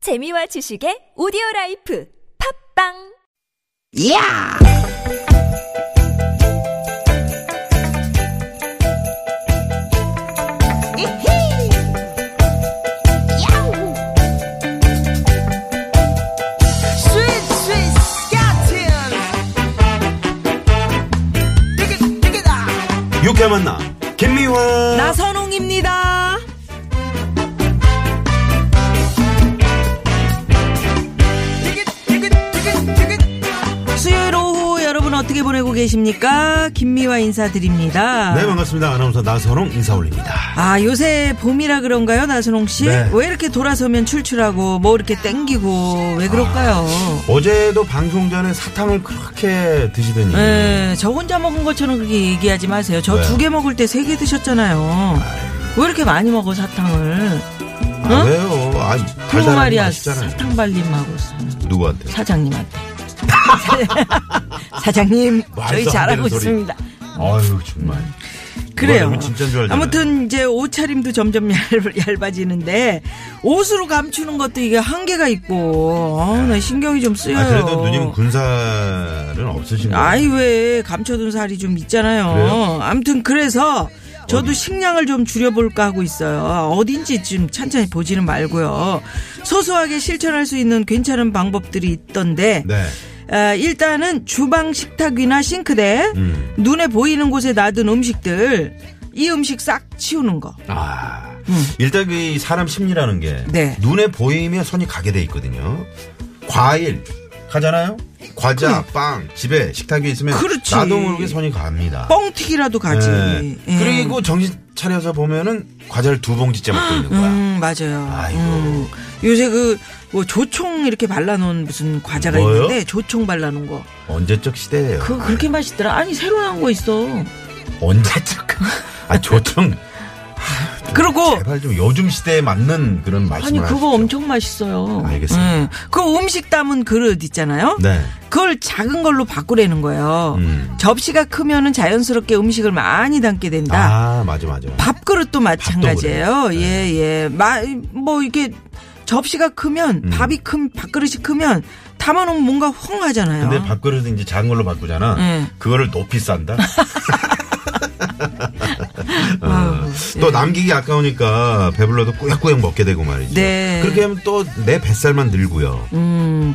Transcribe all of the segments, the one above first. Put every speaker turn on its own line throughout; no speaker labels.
재미와 지식의 오디오 라이프 팝빵
야! 이히! 야우! 스윗, 스윗, 스카틴! 띠깃, 띠깃아!
유쾌 만나 김미화
나선홍입니다.
띠깃, 띠깃, 띠깃, 띠깃!
수요일 오후 여러분 어떻게 보내고 계십니까? 김미화 인사드립니다.
네 반갑습니다 아나운서 나선홍 인사 올립니다
아 요새 봄이라 그런가요, 나선홍 씨?
네.
왜 이렇게 돌아서면 출출하고 뭐 이렇게 땡기고 왜 그럴까요?
어제도 방송 전에 사탕을 그렇게 드시더니
네, 저 혼자 먹은 것처럼 그렇게 얘기하지 마세요. 저
왜요?
두 개 먹을 때 세 개 드셨잖아요. 왜 이렇게 많이 먹어 사탕을?
아,
응?
왜요 아
어? 그리고
달달한 거
말이야
맛있잖아요
사탕 발림하고 있어요.
누구한테
사장님한테. 사장님,
말도
저희
안 되는
잘하고
소리.
있습니다.
아유 정말
그래요.
그거 너무 진짜인 줄 알잖아요.
아무튼 이제 옷차림도 점점 얇, 아지는데 옷으로 감추는 것도 이게 한계가 있고 아, 나 신경이 좀 쓰여요.
아, 그래도 누님 군살은 없으신 거예요
어. 아이, 왜 감춰둔 살이 좀 있잖아요.
그래요?
아무튼 그래서 저도 식량을 좀 줄여볼까 하고 있어요. 어딘지 좀 찬찬히 보지는 말고요. 소소하게 실천할 수 있는 괜찮은 방법들이 있던데
네
아, 일단은 주방 식탁 위나 싱크대
음.
눈에 보이는 곳에 놔둔 음식들 이 음식 싹 치우는 거.
아, 일단 그이 사람 심리라는 게
음. 네.
눈에 보이면 손이 가게 돼 있거든요. 과일 가잖아요. 과자, 빵, 집에 식탁 위에 있으면
음. 그렇지.
나도 모르게 손이 갑니다.
뻥튀기라도 가지.
예.
예.
그리고 정신 차려서 보면은 과자를 두 봉지째 먹고 있는 거야.
음 맞아요.
아이고.
음. 요새 그 뭐 조총 이렇게 발라놓은 무슨 과자가
뭐요?
있는데 조총 발라놓은 거.
언제적 시대예요.
그거 그렇게 맛있더라. 아니 새로 나온 거 있어.
언제적? 아 조청.
그리고
제발 좀 요즘 시대에 맞는 그런 맛이
어. 아니 그거 엄청 맛있어요.
알겠습니다.
예. 그 음식 담은 그릇 있잖아요.
네.
그걸 작은 걸로 바꾸라는 거예요.
음.
접시가 크면은 자연스럽게 음식을 많이 담게 된다.
아 네. 맞아 맞아.
밥그릇도 마찬가지예요. 예, 예. 마, 뭐 이게 접시가 크면
음.
밥이 큰 밥그릇이 크면 담아놓으면 뭔가 헝 하잖아요.
근데 밥그릇은 이제 작은 걸로 바꾸잖아.
어. 예.
그거를 높이 싼다.
아우,
또 남기기 아까우니까 배불러도 꾸역꾸역 먹게 되고 말이죠.
네.
그렇게 하면 또 내 뱃살만 늘고요.
음.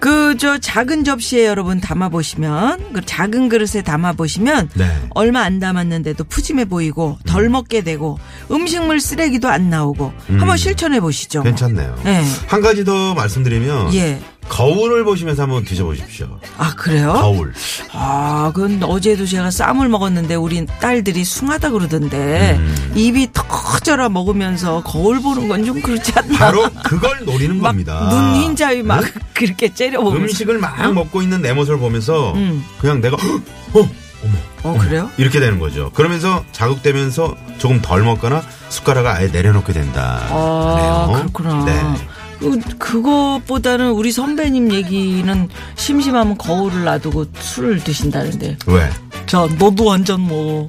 그 저 작은 접시에 여러분 담아 보시면 그 작은 그릇에 담아 보시면
네. 음.
얼마 안 담았는데도 푸짐해 보이고 덜 먹게 되고 음식물 쓰레기도 안 나오고 한번 실천해 보시죠.
음. 괜찮네요.
네.
한 가지 더 말씀드리면
예.
거울을 보시면서 한번 뒤져보십시오.
아 그래요?
거울.
아, 그건 어제도 제가 쌈을 먹었는데 우리 딸들이 숭하다 그러던데
음.
입이 터져라 먹으면서 거울 보는 건 좀 그렇지 않나?
바로 그걸 노리는 겁니다.
막눈 흰자위 막
응?
그렇게
아.
째려보면서
음? 음식을 막 먹고 있는 내 모습을 보면서
음.
그냥 내가 어, 어머
어 그래요?
이렇게 되는 거죠. 그러면서 자극되면서 조금 덜 먹거나 숟가락을 아예 내려놓게 된다.
아
그래요.
그렇구나.
네.
그, 그것보다는 우리 선배님 얘기는 심심하면 거울을 놔두고 술을 드신다는데
왜?
자 너도 완전 먹어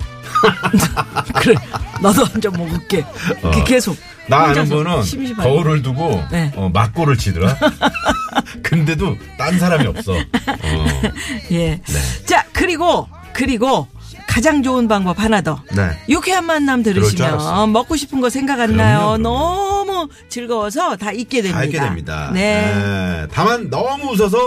그래 나도 완전 먹을게 이렇게
어.
계속
나 아는
혼자서
분은
심심하게.
거울을 두고
네.
어, 막고를 치더라. 근데도 딴 사람이 없어. 어.
예.
네.
자, 그리고, 그리고 가장 좋은 방법 하나 더.
네.
유쾌한 만남
줄 알았어.
들으시면 먹고 싶은 거 생각 안 나요.
그럼요, 그럼요.
너무 즐거워서 다 잊게 됩니다.
다 있게 됩니다.
네.
에, 다만 너무 웃어서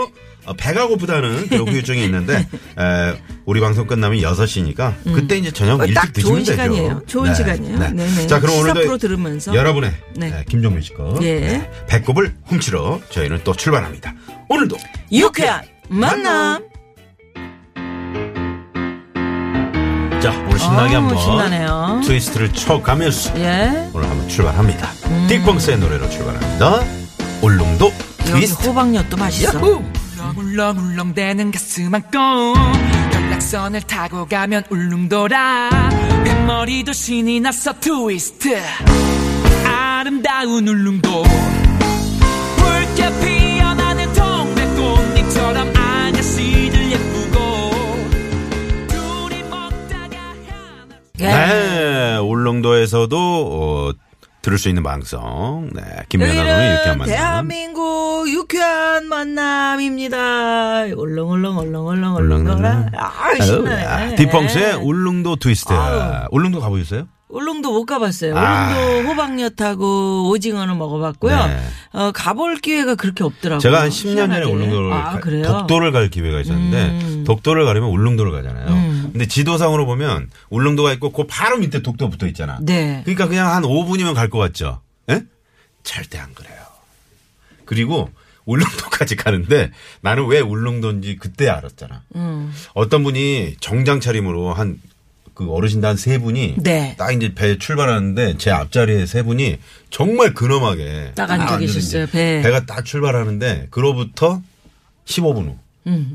어, 배가 고프다는 그런 후유증이 있는데 에, 우리 방송 끝나면 6시니까 그때 이제 저녁
어,
일찍
딱
드시면
좋은
되죠.
시간이에요. 좋은 시간이에요. 네네.
자 그럼
시사
오늘도
프로 들으면서.
여러분의
네.
에, 김종민 씨거
예.
네, 배꼽을 훔치러 저희는 또 출발합니다. 오늘도
유쾌한 만남.
만남. 자 오늘 신나게
어,
한번
신나네요.
트위스트를 쳐가면서
예.
오늘 한번 출발합니다. 딕펑스의 노래로 출발합니다. 울릉도
여기
트위스트.
호박엿도 맛있어.
울렁울렁울렁대는 가슴 안고 연락선을 타고 가면 울릉도라 뱃머리도 신이 났어 트위스트 아름다운 울릉도 붉게 피어나는 동백꽃잎처럼 아가씨들 예쁘고 둘이 먹다가 하나
예.
네, 울릉도에서도 네, 어, 들을 수 있는 방송. 네. 김연아 오늘 이렇게
여기는
만나.
대한민국 유쾌한 만남입니다. 울렁울렁 울렁울렁
울릉도라.
울렁울렁. 아, 신나네.
아, 디펑스의 울릉도 트위스트. 울릉도 가보셨어요?
울릉도 못 가봤어요.
아.
울릉도 호박엿 하고 오징어는 먹어봤고요.
네.
어, 가볼 기회가 아, 그렇게 없더라고요.
제가 한 10년 전에
희한하게.
울릉도를
아,
가-
그래요? 음.
독도를 갈 기회가 있었는데 독도를 가려면 울릉도를 가잖아요. 근데 지도상으로 보면 울릉도가 있고 그 바로 밑에 독도 붙어 있잖아.
네.
그러니까 그냥 한 5분이면 갈 것 같죠. 예? 절대 안 그래요. 그리고 울릉도까지 가는데 나는 왜 울릉도인지 그때 알았잖아.
음.
어떤 분이 정장 차림으로 한 그 어르신들 한세 분이
네.
딱 이제 배 출발하는데 제 앞자리에 세 분이 정말 근엄하게
딱 앉아
앉아서
계셨어요,
이제
배에.
배가 딱 출발하는데 그로부터 15분 후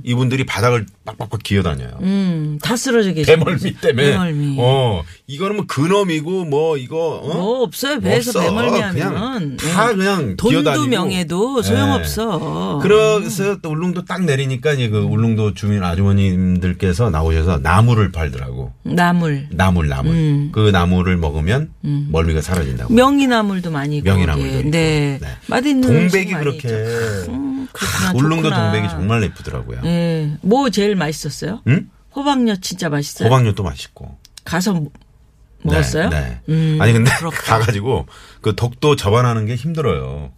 이분들이 바닥을 빡빡빡 기어다녀요.
음, 다 쓰러져 계시죠.
배멀미 때문에.
배멀미.
어, 이거는 뭐 근엄이고 뭐 이거 어?
뭐 없어요. 배에서
없어.
배멀미
그냥
하면.
다
네.
그냥
돈도
기어다니고. 네.
명예도 소용없어.
그래서 또 울릉도 딱 내리니까 이제 그 울릉도 주민 아주머님들께서 나오셔서 나무를 팔더라고.
나물.
나물 나물.
음.
그 나물을 먹으면 멀미가 사라진다고.
명이나물도 많이 있고.
명이나물도
거기에.
있고.
네.
네.
맛있는 음식
동백이
많이
그렇게
있죠. 음, 그렇구나.
하, 울릉도
좋구나.
동백이 정말 예쁘더라고요.
예. 뭐 제일 맛있었어요?
응?
호박엿 진짜 맛있어요.
호박엿도 맛있고.
가서 먹- 먹었어요?
네. 네.
음,
아니 근데
부럽다.
가가지고 그 독도 접안하는 게 힘들어요.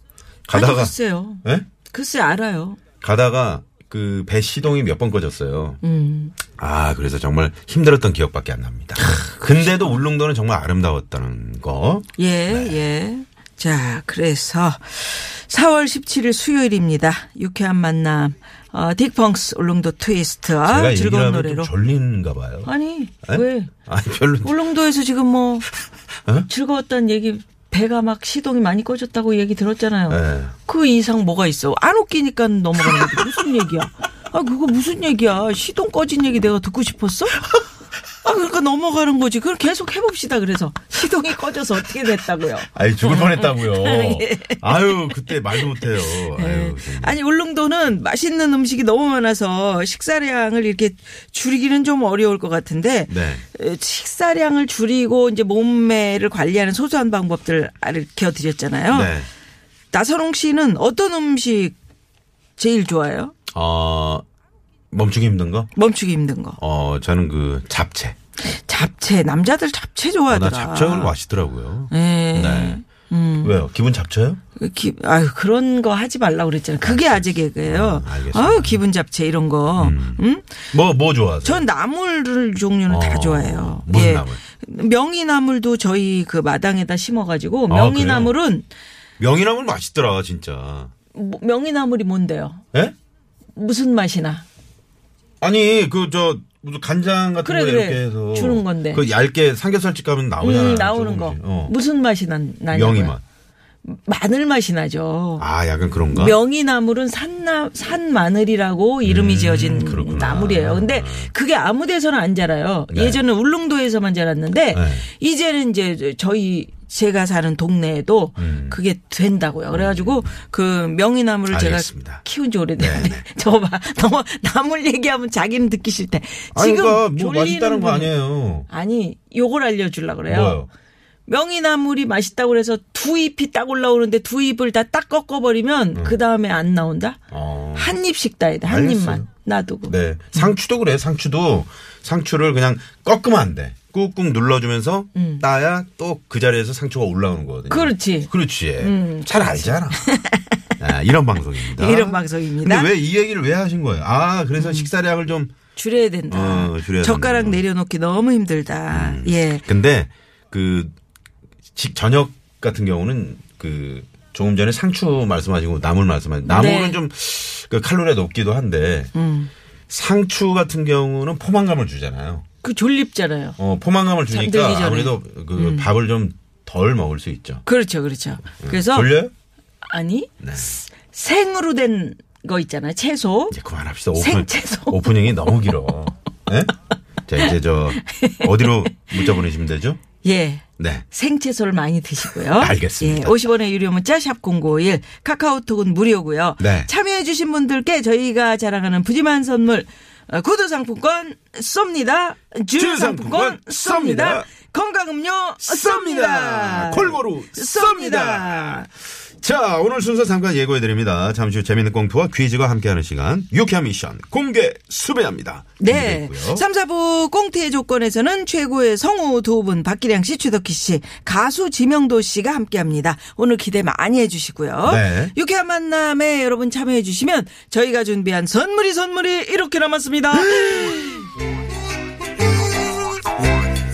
아니,
가다가
글쎄요.
예?
글쎄 알아요.
가다가 그 배 시동이 몇 번 꺼졌어요.
음.
아 그래서 정말 힘들었던 기억밖에 안 납니다. 근데도 울릉도는 정말 아름다웠다는 거.
예,
네.
예. 자, 그래서 4월 17일 수요일입니다. 유쾌한 만남. 어, 딕펑스 울릉도 트위스트.
제가
아,
얘기를
즐거운
하면 좀
노래로.
졸린가 봐요.
아니,
예?
왜?
아니 별로.
울릉도에서 지금 뭐 즐거웠다는 얘기 배가 막 시동이 많이 꺼졌다고 얘기 들었잖아요.
예.
그 이상 뭐가 있어? 안 웃기니까 넘어가는 거지. 무슨 얘기야? 아 그거 무슨 얘기야? 시동 꺼진 얘기 내가 듣고 싶었어? 아 그러니까 넘어가는 거지. 그럼 계속 해봅시다. 그래서 시동이 꺼져서 어떻게 됐다고요?
아니 죽을 뻔했다고요. 아유 그때 말도 못해요. 아유. 정말.
네. 아니 울릉도는 맛있는 음식이 너무 많아서 식사량을 이렇게 줄이기는 좀 어려울 것 같은데
네.
에, 식사량을 줄이고 이제 몸매를 관리하는 소소한 방법들 알려 드렸잖아요.
네.
나선홍 씨는 어떤 음식 제일 좋아요?
어 멈추기 힘든 거?
멈추기 힘든 거.
어 저는 그 잡채.
잡채 남자들 잡채
나
좋아하더라.
잡채 오늘 맛있더라고요.
예.
네. 왜요? 기분 잡쳐요?
기- 아유 그런 거 하지 말라고 그랬잖아요. 그게 아재 개그예요.
음, 알겠습니다.
아유 기분 잡채 이런 거. 음?
뭐, 뭐 좋아하세요?
전 나물을 종류는 다
어,
좋아해요. 예.
무슨 나물?
명이나물도 저희 그 마당에다 심어가지고
아, 그래요?
명이나물은
명이나물 맛있더라, 진짜.
뭐- 명이나물이 뭔데요?
예?
무슨 맛이나?
아니, 그, 저, 무슨 간장 같은
그래,
거
그래.
이렇게 해서.
주는 건데.
그 얇게 삼겹살집 가면 나오잖아요.
음, 나오는 거
조금씩. 어.
무슨 맛이 난 나냐?
명이 맛.
마늘 맛이 나죠.
아, 약간 그런가?
명이나물은 산나 산 마늘이라고 이름이 지어진
음, 그렇구나.
나물이에요. 근데 그게 아무 데서나 안 자라요.
네.
예전에 울릉도에서만 자랐는데
네.
이제는 이제 저희 제가 사는 동네에도
음.
그게 된다고요. 그래가지고 그 명이나물을
알겠습니다. 네,
제가 키운 지 오래됐는데 저거 봐 너무 나물 얘기하면 자기는 듣기 싫대.
아니,
지금
그러니까 뭐
졸리는
맛있다는 거
분은-
아니에요.
아니 요걸 알려주려고 그래요.
뭐요?
명이나물이 맛있다고 그래서 두 잎이 딱 올라오는데 두 잎을 다 딱 꺾어버리면 그 다음에 안 나온다?
어.
한 입씩 따야 돼. 한
알겠어요.
입만 놔두고.
네. 상추도 그래. 상추도 상추를 그냥 꺾으면 안 돼. 꾹꾹 눌러주면서 따야 또 그 자리에서 상추가 올라오는 거거든요.
음. 그렇지. 음.
그렇지. 잘 알잖아. 아, 이런 방송입니다.
이런 방송입니다. 음.
근데 왜 이 얘기를 왜 하신 거예요? 아, 그래서 식사량을 좀.
줄여야 된다.
어, 줄여야
젓가락
된다. 음.
내려놓기 너무 힘들다. 예.
근데 그 직- 저녁 같은 경우는 그 조금 전에 상추 말씀하시고 나물 말씀하신 나물은
네. 음.
좀 그 칼로리가 높기도 한데 상추 같은 경우는 포만감을 주잖아요.
그 졸립잖아요.
어, 포만감을 주니까
잠들기 전에. 음.
아무래도 그 밥을 좀 덜 먹을 수 있죠.
그렇죠, 그렇죠. 그래서
음. 졸려요? 네.
아니 생으로 된 거 있잖아요. 채소.
이제 그만합시다. 오픈,
생채소.
오프닝이 너무 길어. 예? 자, 이제 저 어디로 문자 보내시면 되죠?
예.
네.
생채소를 많이 드시고요.
알겠습니다.
예, 50원의 유료 문자 샵 0951 카카오톡은 무료고요.
네.
참여해 주신 분들께 저희가 자랑하는 푸짐한 선물 어, 구두 상품권 쏩니다. 줄
줄 상품권
상품권 쏩니다.
쏩니다.
건강음료
쏩니다.
쏩니다.
골고루 쏩니다. 자, 오늘 순서 잠깐 예고해드립니다. 잠시 후 재밌는 공투와 퀴즈가 함께하는 시간, 유쾌한 미션, 공개 수배합니다. 준비되어
네.
있고요.
3, 4부 꽁트의 조건에서는 최고의 성우 두 분, 박기량 씨, 최덕희 씨, 가수 지명도 씨가 함께 합니다. 오늘 기대 많이 해주시고요.
네.
유쾌한 만남에 여러분 참여해주시면 저희가 준비한 선물이 선물이 이렇게 남았습니다. 네.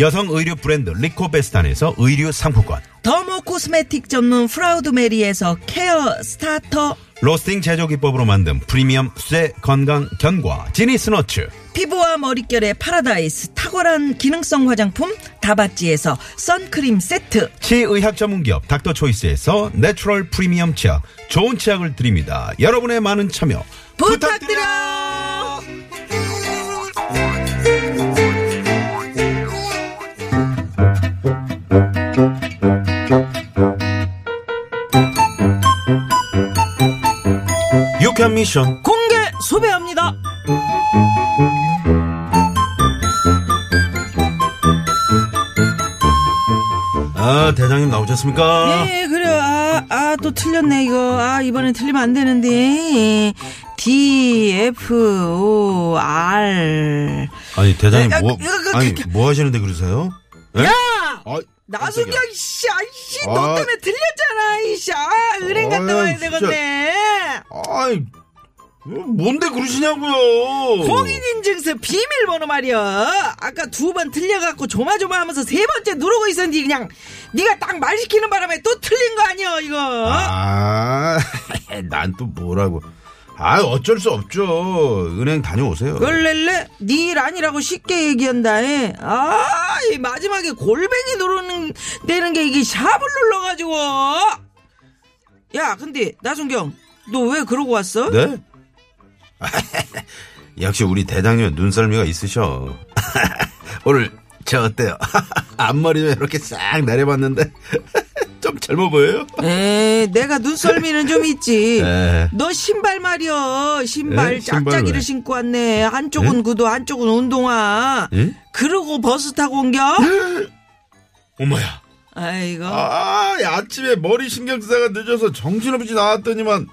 여성 의류 브랜드 리코베스탄에서 의류 상품권
더모 뭐 코스메틱 전문 프라우드 메리에서 케어 스타터
로스팅 제조 기법으로 만든 프리미엄 쇠 건강 견과 지니스너츠
피부와 머릿결의 파라다이스 탁월한 기능성 화장품 다바찌에서 선크림 세트
치의학 전문기업 닥터초이스에서 내추럴 프리미엄 치약 좋은 치약을 드립니다 여러분의 많은 참여
부탁드려
유쾌한 미션
공개 수배합니다
아 대장님 나오셨습니까
네 그래요 아또 틀렸네 이거 아 이번엔 틀리면 안 되는데 D F O R
아니 대장님
야,
뭐
야, 그, 그,
아니
그,
뭐 하시는데 그러세요 예?
야!
아,
나순경 씨, 아이씨,
아.
너 때문에 들렸잖아, 이씨. 아, 은행 갔다
아유,
와야
진짜.
되겠네.
아이, 뭔데 그러시냐고요.
공인인증서 비밀번호 말이야. 아까 두 번 틀려갖고 조마조마하면서 세 번째 누르고 있었는데 그냥 네가 딱 말 시키는 바람에 또 틀린 거 아니야 이거.
아, 난 또 뭐라고. 아, 어쩔 수 없죠. 은행 다녀오세요.
원래래 니일 아니라고 쉽게 얘기한다. 에. 아, 이 마지막에 골뱅이 누르는 되는 게 이게 샵을 눌러가지고. 야, 근데 나순경, 너 왜 그러고 왔어?
네? 역시 우리 대장님 눈썰미가 있으셔. 오늘 저 어때요? 앞머리 좀 이렇게 싹 내려봤는데 좀 젊어 보여요?
에, 내가 눈썰미는 좀 있지.
네.
너 신발 말이여.
에?
신발
예? 신발 왜? 예?
짝짝이를 신고 왔네. 한쪽은 구두, 한쪽은 운동화.
에?
그러고 버스 타고 온겨?
어머야.
아이고.
예? 아, 아침에 머리 신경쓰다가 늦어서 정신없이 나왔더니만,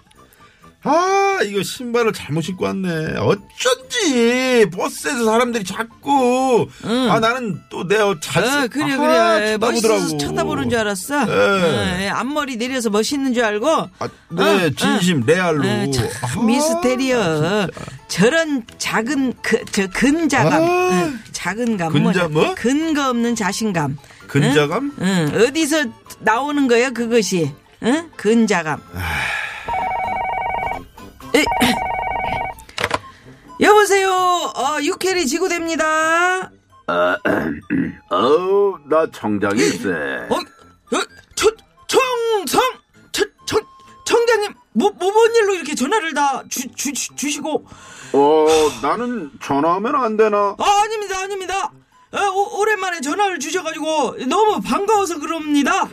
아, 이거 신발을 잘못 신고 왔네. 어쩐지, 버스에서 사람들이 자꾸, 아, 나는 또 내 자,
어, 그래, 그래. 멋있어서 쳐다보는 줄 알았어.
예.
예, 앞머리 내려서 멋있는 줄 알고.
아, 네,
어,
진심, 레알로.
예, 참
아,
미스테리어. 저런 작은, 그, 저, 근자감. 네.
아.
응, 작은 감.
근자
뭐냐.
뭐?
근거 없는 자신감.
근자감?
응, 어디서 나오는 거야, 그것이. 응? 근자감. 에, 여보세요. 어, 육회리 지구대입니다.
어우, 나 정장이 세.
어, 어, 초, 청성, 청, 청, 청장님, 뭐, 뭐, 뭔 일로 이렇게 전화를 다 주, 주, 주- 주시고.
어, 나는 전화하면 안 되나?
아, 아닙니다, 아닙니다. 어, 오, 오랜만에 전화를 주셔가지고 너무 반가워서 그럽니다.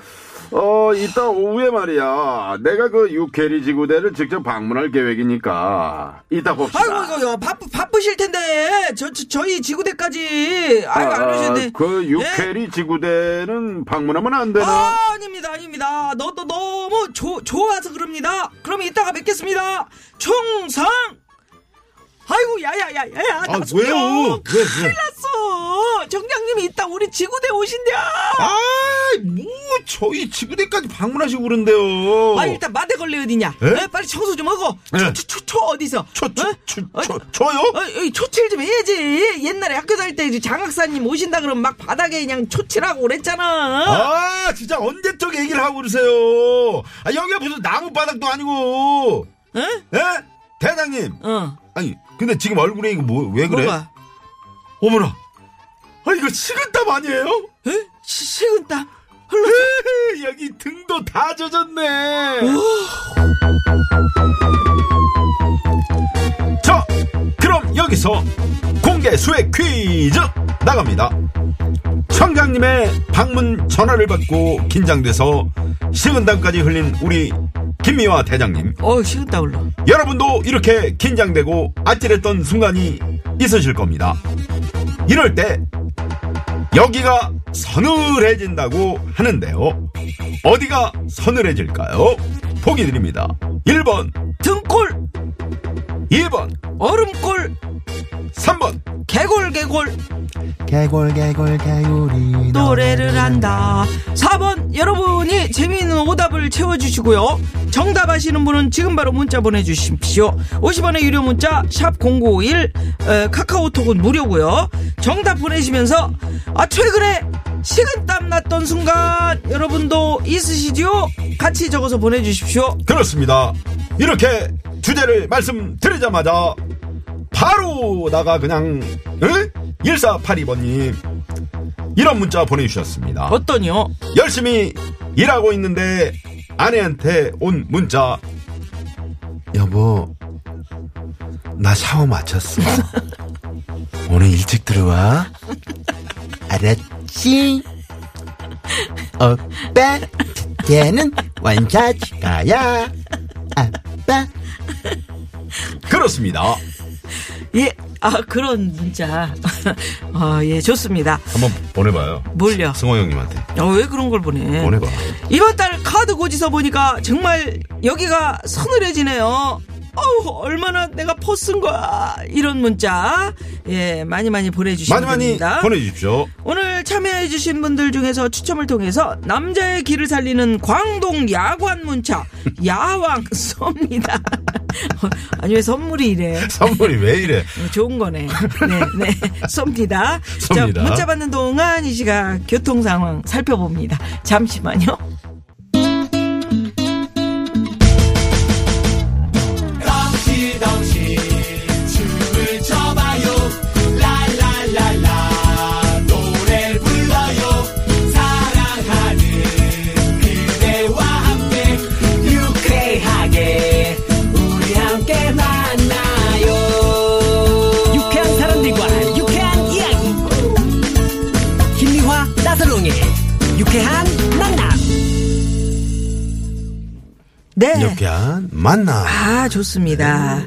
어, 이따 오후에 말이야. 내가 그 유캐리 지구대를 직접 방문할 계획이니까. 이따 봅시다.
아이고, 이거, 야, 뭐, 바쁘, 바쁘실 텐데. 저, 저, 저희 지구대까지. 아이고, 안 오셨네.
그
예?
유캐리 지구대는 방문하면 안 되나?
아, 아닙니다, 아닙니다. 너, 너, 너무 조, 좋아서 그럽니다. 그럼 이따가 뵙겠습니다. 총상! 아이고, 야, 야, 야, 야, 야.
아,
나도
왜요?
좀
왜, 왜?
큰일 났어. 정장님이 이따 우리 지구대 오신대요. 아,
아, 뭐, 저희 지구대까지 방문하시고 그런데요.
아, 일단 마대걸레 어디냐?
어. 에? 네.
에? 빨리 청소 좀 하고. 초,
에.
초, 초, 초 어디서?
초, 초,
어?
초,
어?
초, 초요?
어, 어, 초칠 좀 해야지. 옛날에 학교 다닐 때 이제 장학사님 오신다 그러면 막 바닥에 그냥 초칠하고 그랬잖아.
아, 진짜 언제적 얘기를 하고 그러세요. 아, 여기가 무슨 나무바닥도 아니고.
응?
에? 대장님.
어,
아니, 근데 지금 얼굴에 이거 뭐, 왜 그래?
뭐가?
어머나. 아, 이거 식은땀 아니에요?
에? 시- 식은땀? 흘러
여기 등도 다 젖었네. 자, 그럼 여기서 공개 수액 퀴즈 나갑니다. 청장님의 방문 전화를 받고 긴장돼서 식은땀까지 흘린 우리 김미화 대장님.
어 식은땀 흘러
여러분도 이렇게 긴장되고 아찔했던 순간이 있으실 겁니다. 이럴 때 여기가 서늘해진다고 하는데요. 어디가 서늘해질까요? 보기 드립니다. 1번,
등골
2번,
얼음골
3번.
개골 개골
개골 개골 개구리
노래를 한다 4번 여러분이 재미있는 오답을 채워주시고요 정답 아시는 분은 지금 바로 문자 보내주십시오 50원의 유료 문자 샵0951 카카오톡은 무료고요 정답 보내시면서 아 최근에 식은땀 났던 순간 여러분도 있으시죠 같이 적어서 보내주십시오
그렇습니다. 이렇게 주제를 말씀드리자마자 바로 나가 그냥 응? 1482번님 이런 문자 보내주셨습니다.
어떠니요
열심히 일하고 있는데 아내한테 온 문자 여보 나 샤워 마쳤어 오늘 일찍 들어와
알았지 오빠 걔는 원샷가야 아빠
그렇습니다
예, 아, 그런 문자. 아, 예, 좋습니다.
한번 보내봐요
뭘요?
승호 형님한테
어, 왜 그런 걸 보내?
보내봐
이번 달 카드 고지서 보니까 정말 여기가 서늘해지네요. 어우, 얼마나 내가 퍼쓴 거야. 이런 문자. 예, 많이 많이 보내주시면
많이 많이
됩니다.
보내주십시오
오늘 참여해주신 분들 중에서 추첨을 통해서 남자의 길을 살리는 광동 야관 문자, 야왕 쏩니다. 아니, 왜 선물이 이래?
선물이 왜 이래
어, 좋은 거네. 네, 네. 쏩니다. 자,
쏩니다.
문자 받는 동안 이 시각 교통 상황 살펴봅니다. 잠시만요.
유쾌한 사람들과 유쾌한 이야기 김미화 나선롱의 유쾌한 만남
네.
유쾌한 네. 만남
아, 좋습니다.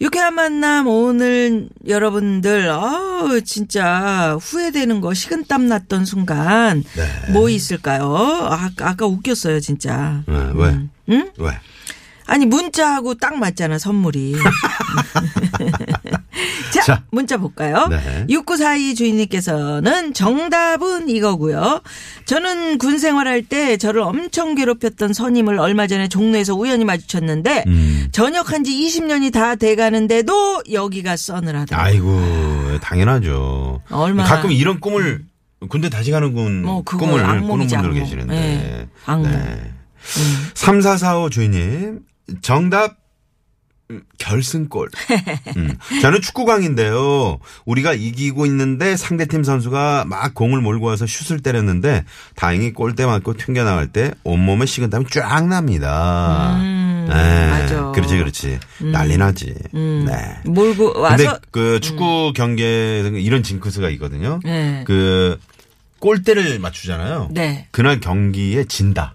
유쾌한 만남 오늘 여러분들 어 진짜 후회되는 거 식은땀 났던 순간 뭐 있을까요? 아, 아까 웃겼어요 진짜. 음.
네, 왜?
응?
왜?
아니 문자하고 딱 맞잖아 선물이. 자,
자.
문자 볼까요?
네.
6942 주인님께서는 정답은 이거고요. 저는 군 생활할 때 저를 엄청 괴롭혔던 선임을 얼마 전에 종로에서 우연히 마주쳤는데
음.
전역한 지 20년이 다 돼가는데도 여기가 써늘하다.
아이고 당연하죠
얼마나-
가끔 이런 꿈을 군대 다시 가는 군
뭐, 그거
꿈을 꾸는
악몽이지,
분들
악몽.
계시는데
예, 악몽. 음.
3445 주인님, 정답, 음, 결승골. 음, 저는 축구광인데요. 우리가 이기고 있는데 상대팀 선수가 막 공을 몰고 와서 슛을 때렸는데 다행히 골대 맞고 튕겨나갈 때 온몸에 식은땀이 쫙 납니다. 네,
음, 맞아. 음.
그렇지, 그렇지. 난리 나지. 네.
몰고
근데
와서 음.
그 축구 경기에 이런 징크스가 있거든요.
네.
그 골대를 맞추잖아요.
네.
그날 경기에 진다.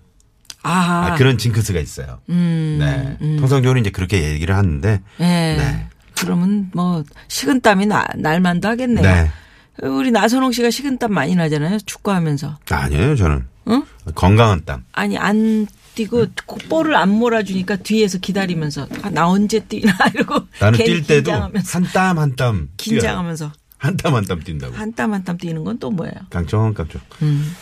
아, 음,
아, 그런 징크스가 있어요. 네. 통상적으로 이제 그렇게 얘기를 하는데.
예.
네.
그러면 뭐 식은땀이 나, 날만도 하겠네요.
네.
우리 나선홍 씨가 식은땀 많이 나잖아요. 축구하면서.
아니에요, 저는.
응?
건강한 땀.
아니 안 뛰고 그 볼을 안 몰아주니까 뒤에서 기다리면서 아, 나 언제 뛰나 이러고
나는
괜히
뛸 때도
긴장하면서
한 땀 한 땀.
긴장하면서
한 땀 한 땀 뛴다고.
한 음. 땀 한 땀 뛰는 건 또 뭐예요?
깡총깡총.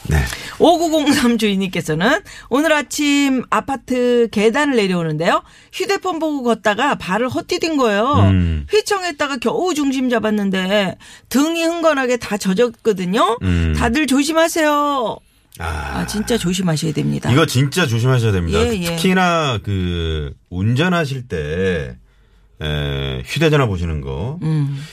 네.
5903 주인님께서는 오늘 아침 아파트 계단을 내려오는데요. 휴대폰 보고 걷다가 발을 헛디딘 거예요.
음.
휘청했다가 겨우 중심 잡았는데 등이 흥건하게 다 젖었거든요.
음.
다들 조심하세요. 아, 진짜 조심하셔야 됩니다.
이거 진짜 조심하셔야 됩니다.
예, 예.
특히나 그 운전하실 때 에, 휴대전화 보시는 거.
음.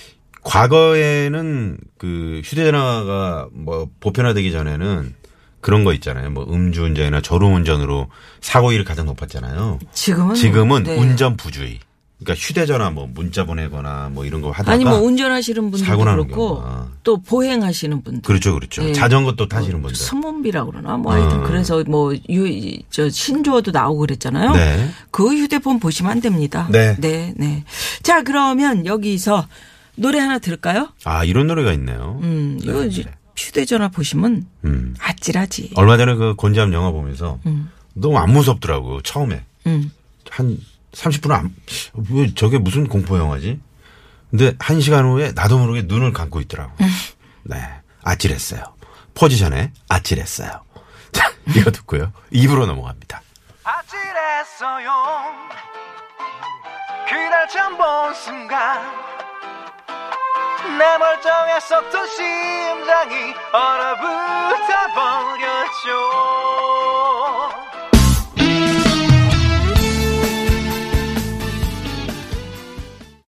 과거에는 그 휴대전화가 뭐 보편화되기 전에는 그런 거 있잖아요. 뭐 음주운전이나 졸음운전으로 사고율이 가장 높았잖아요.
지금은
지금은
네.
운전 부주의. 그러니까 휴대전화 뭐 문자 보내거나 뭐 이런 거 하다가
아니 뭐 운전하시는 분들도
사고 나는
그렇고
경우가.
또 보행하시는 분들
그렇죠, 그렇죠.
예.
자전거 또 타시는 분들.
소문비라고 그러나 뭐
음.
하여튼 그래서 뭐저 신조어도 나오고 그랬잖아요.
네.
그 휴대폰 보시면 안 됩니다.
네.
네, 네. 자, 그러면 여기서 노래 하나 들을까요?
아 이런 노래가 있네요.
음, 이거 이제 휴대전화 보시면
음.
아찔하지.
얼마 전에 그 곤지암 영화 보면서 너무 안 무섭더라고 처음에
음.
한 30분 안왜 저게 무슨 공포 영화지? 근데 한 시간 후에 나도 모르게 눈을 감고 있더라고. 네, 아찔했어요. 포지션에 아찔했어요. 자, 이거 듣고요. 입으로 넘어갑니다.
아찔했어요 그날 처음 본 순간 내 멀쩡했었던 심장이 얼어붙어 버렸죠